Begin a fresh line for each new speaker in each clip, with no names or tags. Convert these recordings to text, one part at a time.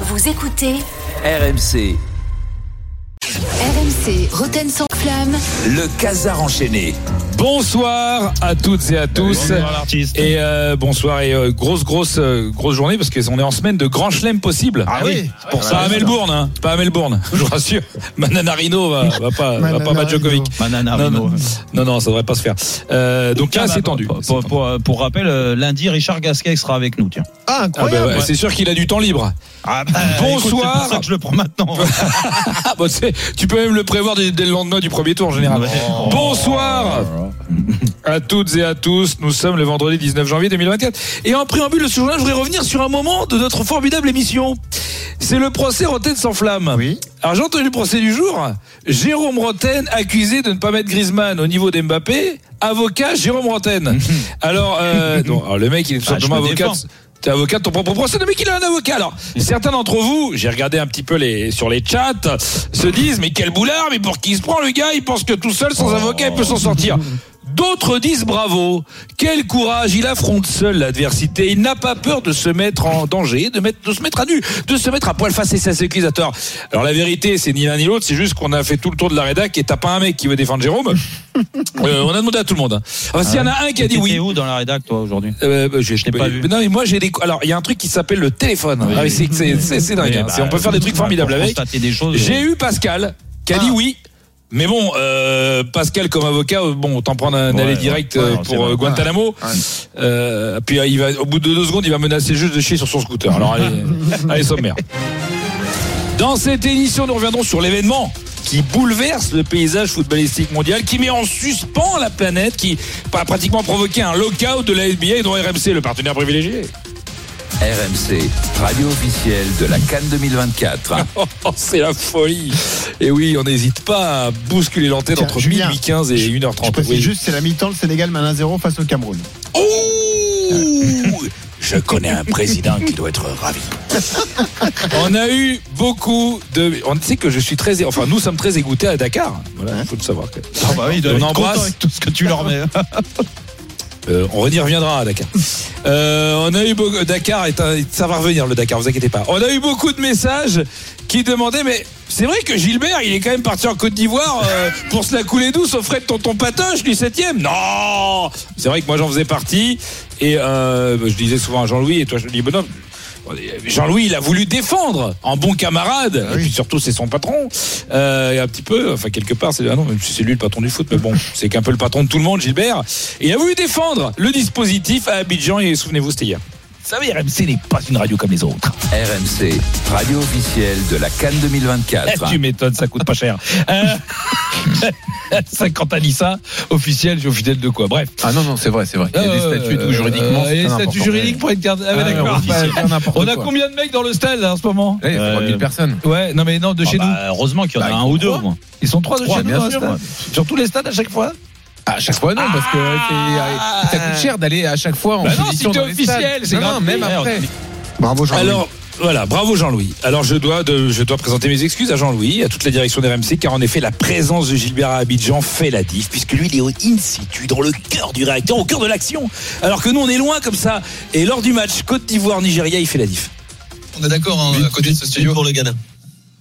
Vous écoutez
RMC,
RMC Roten sans flamme.
le casar enchaîné.
Bonsoir à toutes et à tous.
l'artiste.
Et euh, bonsoir et euh, grosse grosse euh, grosse journée parce qu'on est en semaine de grand chelem possible.
Ah oui, c'est pour
Pas à
ça.
Melbourne, hein, pas à Melbourne. Je vous rassure, Mananarino va, va pas, va pas battre Djokovic.
Manana,
Non,
Rino.
non, non, non, ça devrait pas se faire. Euh, donc là,
Tiens,
c'est
bah,
tendu.
Pour,
C'est
pour-
tendu.
pour- pour rappel, euh, lundi, Richard Gasquet sera avec nous. Tiens.
Ah,
Ah bah
incroyable.
ouais, c'est sûr qu'il a du temps libre.
Ah, bah, écoute,
Bonsoir.
C'est pour ça que je le prends maintenant.
Ah, bah, c'est- tu peux même le prévoir dès, dès le lendemain du premier tour en général.
Ouais.
Bonsoir à toutes et à tous. Nous sommes le vendredi 19 janvier 2024. Et en préambule de ce journal, je voudrais revenir sur un moment de notre formidable émission. C'est le procès Roten sans flamme.
Oui.
Alors j'ai entendu le procès du jour. Jérôme Roten accusé de ne pas mettre Griezmann au niveau d'Mbappé. Avocat Jérôme Roten. alors, euh, non, alors, le mec il est tout
Ah, je
simplement
me
avocat. de-
défends.
T'es avocat de ton propre procès, le mec il a un avocat. Alors certains d'entre vous, j'ai regardé un petit peu les sur les chats, se disent mais quel boulard, mais pour qui il se prend le gars Il pense que tout seul sans avocat il peut s'en sortir. D'autres disent bravo, quel courage, il affronte seul l'adversité, il n'a pas peur de se mettre en danger, de, mettre- de se mettre à nu, de se mettre à poil face à ses accusateurs. Alors la vérité, c'est ni l'un ni l'autre, c'est juste qu'on a fait tout le tour de la rédac et t'as pas un mec qui veut défendre Jérôme. Euh, on a demandé à tout le monde. Alors s'il y en a un qui a dit
T'étais
oui,
où dans la rédac, toi, aujourd'hui
euh, bah, je je
l'ai pas vu.
Mais non, mais moi j'ai des. Alors, il y a un truc qui s'appelle le téléphone. Ah, mais c'est- c'est- C'est c'est dingue.
Mais,
hein.
bah,
C'est- on peut faire des trucs
bah,
formidables
pour
avec.
constater des choses.
J'ai eu Pascal qui
Ah.
a dit oui. Mais bon, euh, Pascal comme avocat, euh, bon, autant prendre un
Ouais,
aller
ouais,
direct
ouais,
euh,
non, c'est
pour
vrai.
euh, Guantanamo. Euh, puis euh, il va, au bout de deux secondes, il va menacer juste de chier sur son scooter. Alors allez, allez sommaire. Dans cette émission, nous reviendrons sur l'événement qui bouleverse le paysage footballistique mondial, qui met en suspens la planète, qui a pratiquement provoqué un lockout de la NBA dont RMC est le partenaire privilégié.
RMC, radio officielle de la Cannes 2024.
Oh, oh, c'est la folie. Et oui, on n'hésite pas à bousculer l'antenne
Tiens,
entre
Julien,
minuit 15 et
Je
1h30.
précise juste, c'est la mi-temps, le Sénégal mène 1-0 face au Cameroun.
Oh Je connais un président qui doit être ravi. on a eu beaucoup de. On sait que je suis très. Enfin, nous sommes très égouttés à Dakar. Voilà, il faut le savoir. quand même.
Ah bah oui, il doit
On
être
embrasse.
content avec tout ce que tu leur mets.
Euh, on y reviendra à Dakar. Euh, on a eu beaucoup. Dakar, est un- ça va revenir le Dakar, vous inquiétez pas. On a eu beaucoup de messages qui demandaient, mais c'est vrai que Gilbert, il est quand même parti en Côte d'Ivoire euh, pour se la couler douce au frais de tonton Patoche du 7 e Non C'est vrai que moi j'en faisais partie et euh, je disais souvent à Jean-Louis et toi je dis bonhomme. Oh, euh, Jean-Louis, il a voulu défendre en bon camarade,
Ah
et puis surtout c'est son patron, euh, et un petit peu, enfin quelque part, c'est ah non, même si c'est lui le patron du foot, mais bon, c'est qu'un peu le patron de tout le monde, Gilbert. Et il a voulu défendre le dispositif à Abidjan, et souvenez-vous, c'était hier.
Vous savez, RMC n'est pas une radio comme les autres.
RMC, radio officielle de la Cannes
Eh ben.
2024.
Tu m'étonnes, ça coûte pas cher. Euh, ça, quand t'as dit ça, officiel, j'ai officiel de quoi Bref.
Ah non, non, c'est vrai, c'est vrai. Il y a des
Euh,
statuts et tout, juridiquement.
euh, Il y a des
c'est
statuts
important.
juridiques pour être gardé. Ah ouais,
Ah ouais,
d'accord. eh,
on peut pas faire n'importe
On a
quoi. Euh,
combien de mecs dans le stade là, en ce moment
Ouais, il y a 3000 personnes.
Ouais, non mais non,
Ah
de
bah,
chez nous. Euh, ah bah, Heureusement qu'il y en a un ou deux au moins. Ils sont trois de
Trois,
chez nous,
bien
dans le
sûr.
stade. Sur tous les stades à chaque fois
À chaque fois, non, parce que
Ah.
c'est- ça coûte cher d'aller à chaque fois en
Bah non,
position
si t'es
dans les
officiel,
stades.
c'est
Non, non,
gratuit.
même
Ouais,
après.
Bravo Jean-Louis.
Alors voilà, bravo Jean-Louis. Alors je dois, de- je dois présenter mes excuses à Jean-Louis, à toute la direction d'RMC, car en effet la présence de Gilbert à Abidjan fait la diff, puisque lui il est au in situ, dans le cœur du réacteur, au cœur de l'action, alors que nous on est loin comme ça. Et lors du match Côte d'Ivoire-Nigéria, il fait la diff.
On est d'accord hein, à côté de ce studio. pour le Ghana.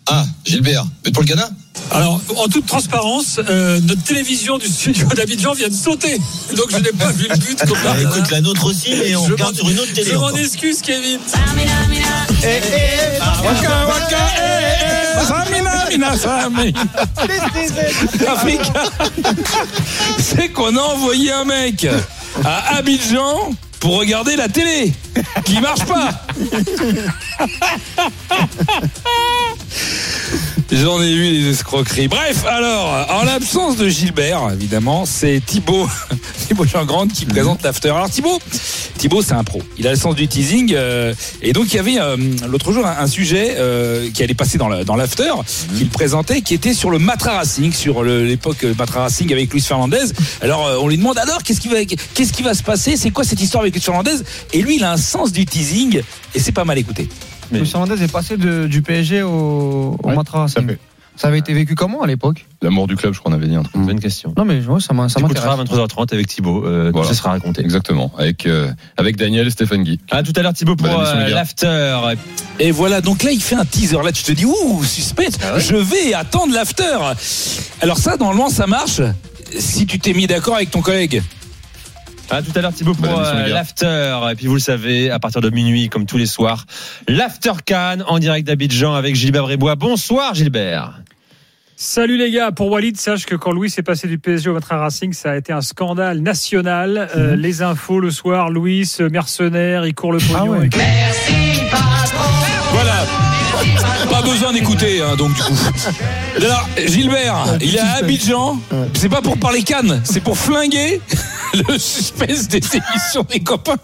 Ah, Gilbert, but pour le Ghana
Bah,
Alors, en toute transparence, euh, notre télévision du studio d'Abidjan vient de sauter. Donc, je n'ai pas vu le but. Comme par hasard.
Bah, la nôtre aussi, mais
Je m'en- Je m'en
encore.
excuse, Kevin.
Eh, Waka, waka, eh, eh, Ah, samina, mina, sami. Africa. C'est qu'on a envoyé un mec à Abidjan pour regarder la télé qui marche pas. J'en ai vu des escroqueries. Bref, alors, en l'absence de Gilbert, évidemment, c'est Thibaut, Thibaut Jean-Grande qui présente l'after. Alors Thibaut, Thibaut c'est un pro. Il a le sens du teasing. euh, et donc il y avait euh, l'autre jour un, un sujet euh, qui allait passer dans la- dans l'after, qu'il présentait, qui était sur le Matra Racing, sur le- l'époque euh, Matra Racing avec Luis Fernandez. Alors euh, on lui demande alors qu'est-ce qui va, qu'est-ce qui va se passer, c'est quoi cette histoire avec Luis Fernandez Et lui il a un sens du teasing et c'est pas mal écouté.
Luis Hernandez est passé de- du PSG au, au Matra Racing.
fait.
Ça avait été vécu comment à l'époque
L'amour du club, je crois qu'on avait dit un truc.
Bonne question.
Non, mais ouais, ça m'in- ça
Ça
m'intéresse.
m'intéresse. 23h30 avec Thibaut. euh,
Voilà.
Tout ça sera raconté.
Exactement. Avec, euh, avec Daniel et Stéphane Guy.
À tout à l'heure, Thibaut, pour
Bonne émission,
euh,
les gars.
l'after.
Et voilà, donc là, il fait un teaser. Là, tu te dis, ouh, suspense, je vais attendre l'after. Alors, ça, normalement, ça marche si tu t'es mis d'accord avec ton collègue.
À tout à l'heure Thibaut pour
Bonne émission,
euh,
les gars.
l'after et puis vous le savez à partir de minuit comme tous les soirs l'after Cannes en direct d'Abidjan avec Gilbert Brébois. Bonsoir Gilbert.
Salut les gars, pour Walid, sache que quand Louis s'est passé du PSG au Vatra Racing, ça a été un scandale national.
Mhm.
Euh, les infos le soir, Louis, euh, mercenaire, il court le pognon.
Ah ouais.
avec-
Voilà. Pas besoin d'écouter, hein, donc, du coup. Alors, Gilbert, il est à Abidjan. C'est pas pour parler Cannes, c'est pour flinguer le suspense des émissions des copains.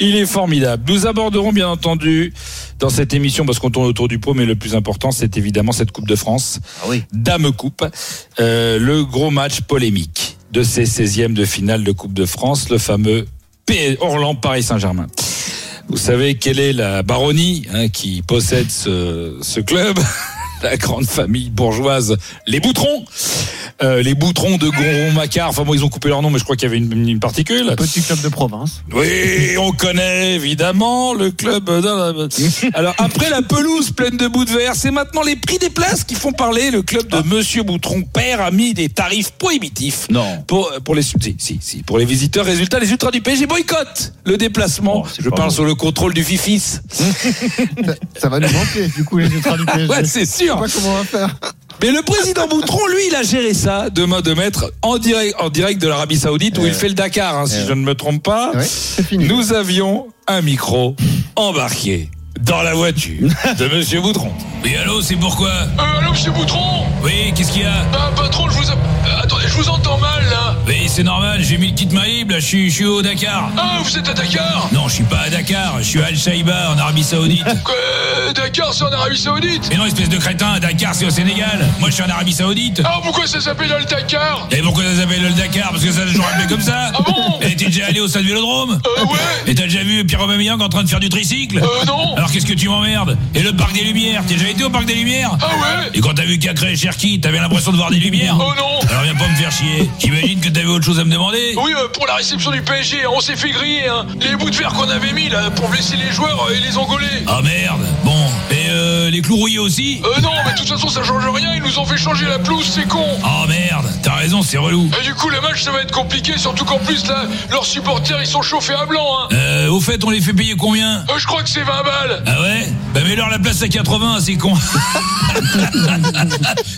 Il est formidable. Nous aborderons bien entendu dans cette émission, parce qu'on tourne autour du pot, mais le plus important, c'est évidemment cette Coupe de France. Dame Coupe, euh, le gros match polémique de ces 16e de finale de Coupe de France, le fameux P- Orlan-Paris-Saint-Germain. Vous savez quelle est la baronnie hein, qui possède ce, ce club La grande famille bourgeoise, les Boutrons Euh, Les Boutrons de Goron-Macquart, enfin bon, ils ont coupé leur nom, mais je crois qu'il y avait une, une particule.
Petit club de province.
Oui, on connaît évidemment le club. euh, non, non, non. Alors après la pelouse pleine de bouts de verre, c'est maintenant les prix des places qui font parler. Le club
Ah.
de Monsieur Boutron père a mis des tarifs prohibitifs.
Non.
Pour, euh, pour les si, si, si, pour les visiteurs, résultat, les ultras du PSG boycottent le déplacement.
Oh, c'est
Je
pas
parle
bon.
sur le contrôle du Fifis.
Ça va nous manquer, du coup, les ultras du PSG.
Ouais,
Je sais
c'est sûr.
pas comment on va faire.
Mais le président Boutron, lui, il a géré ça de main de maître en direct, en direct de l'Arabie Saoudite où il fait le Dakar, hein, si je ne me trompe pas.
Ouais, c'est fini.
Nous avions un micro embarqué dans la voiture de Monsieur Boutron. Oui, allô, c'est pourquoi
allô, euh, monsieur Boutron
Oui, qu'est-ce qu'il y a
Ah, patron, je vous. Euh, Attendez, je vous entends mal, là
Oui, c'est normal, j'ai mis le kit Maïb, là, je suis, je suis au Dakar.
Ah, vous êtes à Dakar
Non, je suis pas à Dakar, je suis à Al-Shaïba, en Arabie Saoudite.
Euh, Dakar, c'est en Arabie Saoudite
Mais non, espèce de crétin, Dakar, c'est au Sénégal. Moi, je suis en Arabie Saoudite.
Ah, pourquoi ça s'appelle le Dakar
Et pourquoi ça s'appelle le Dakar Parce que ça, je rappelé comme ça.
Ah bon
Et t'es déjà allé au stade Vélodrome
Euh, ouais
Et t'as déjà vu Pierre Aubameyang en train de faire du tricycle
Euh, non
Alors qu'est-ce que tu m'emmerdes Et le parc des Lumières, t'es déjà été au parc des Lumières
Ah, ouais
Et quand t'as vu Cacré et Cherki, t'avais l'impression de voir des lumières
Oh non
Alors viens pas me faire chier. J'imagine que t'avais autre chose à me demander.
Oui, euh, pour la réception du PSG, on s'est fait griller, hein. Les bouts de verre qu'on avait mis, là, pour blesser les joueurs euh, et les engoler.
Ah merde. Bon. Et euh, les clous rouillés aussi
Euh, non, mais de toute façon, ça change rien, ils nous ont fait changer la pelouse, c'est con.
Ah merde. T'as raison, c'est relou.
Et du coup, le match, ça va être compliqué, surtout qu'en plus, là, leurs supporters, ils sont chauffés à blanc, hein.
Euh, au fait, on les fait payer combien
Euh, je crois que c'est 20 balles.
Ah ouais Bah mets-leur la place à 80, c'est con.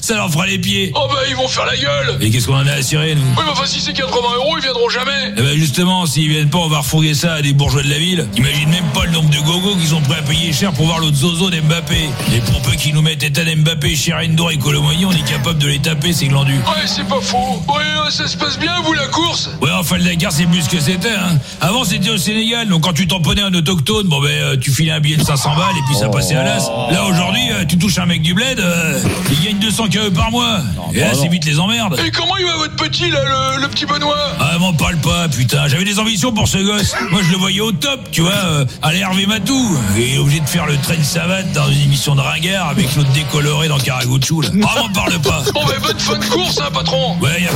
Ça leur fera les pieds.
Oh, bah, ils vont faire la gueule.
Et qu'est-ce qu'on en a assuré, nous
Oui, mais enfin, si c'est 80 euros, ils viendront jamais.
Eh ben justement, s'ils viennent pas, on va refourguer ça à des bourgeois de la ville. Imagine même pas le nombre de gogos qu'ils sont prêts à payer cher pour voir l'autre zozo d'Mbappé. Et pour peu qu'ils nous mettent Ethan Mbappé, Cherendor et Colomoyni, on est capable de les taper, ces glandus.
Ouais, c'est pas faux. Ouais, euh, ça se passe bien, vous, la course
Ouais, enfin, le Dakar, c'est plus ce que c'était, hein. Avant, c'était au Sénégal, donc quand tu tamponnais un autochtone, bon, ben, euh, tu filais un billet de 500 balles et puis ça passait à l'as. Là, aujourd'hui, euh, tu touches un mec du bled, euh, il gagne 200 KE E par mois. et là, c'est vite les emmerdes.
Et comment il va votre petit, là, le, le petit Benoît
Ah, m'en parle pas, putain. J'avais des ambitions pour ce gosse. Moi, je le voyais au top, tu vois, euh, à l'Hervé Matou. Et il est obligé de faire le train de savate dans une émission de ringard avec l'autre décoloré dans Caraguchou, là. Ah, m'en parle pas.
Bon, bah, bonne fin de course, hein, patron.
Ouais, y a...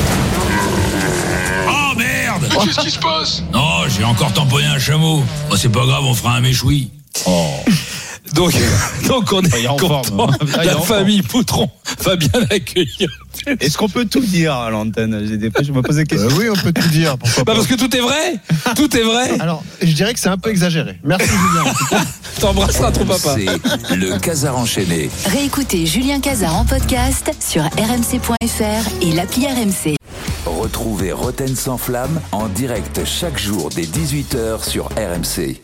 Oh, merde
Mais qu'est-ce qui se passe
Non, j'ai encore tamponné un chameau. Oh, c'est pas grave, on fera un méchoui. Oh. Donc, donc on est content. La famille Poutron va bien accueillir.
Est-ce qu'on peut tout dire à l'antenne J'ai des fois, je me posais des
Euh, oui, on peut tout dire. Pourquoi
Bah
pas.
parce que tout est vrai, tout est vrai.
Alors, je dirais que c'est un peu exagéré. Merci, Julien.
T'embrasseras ton papa.
C'est le casar enchaîné.
Réécoutez Julien Cazard en podcast sur rmc.fr et l'appli RMC.
Retrouvez Roten sans flamme en direct chaque jour dès 18h sur RMC.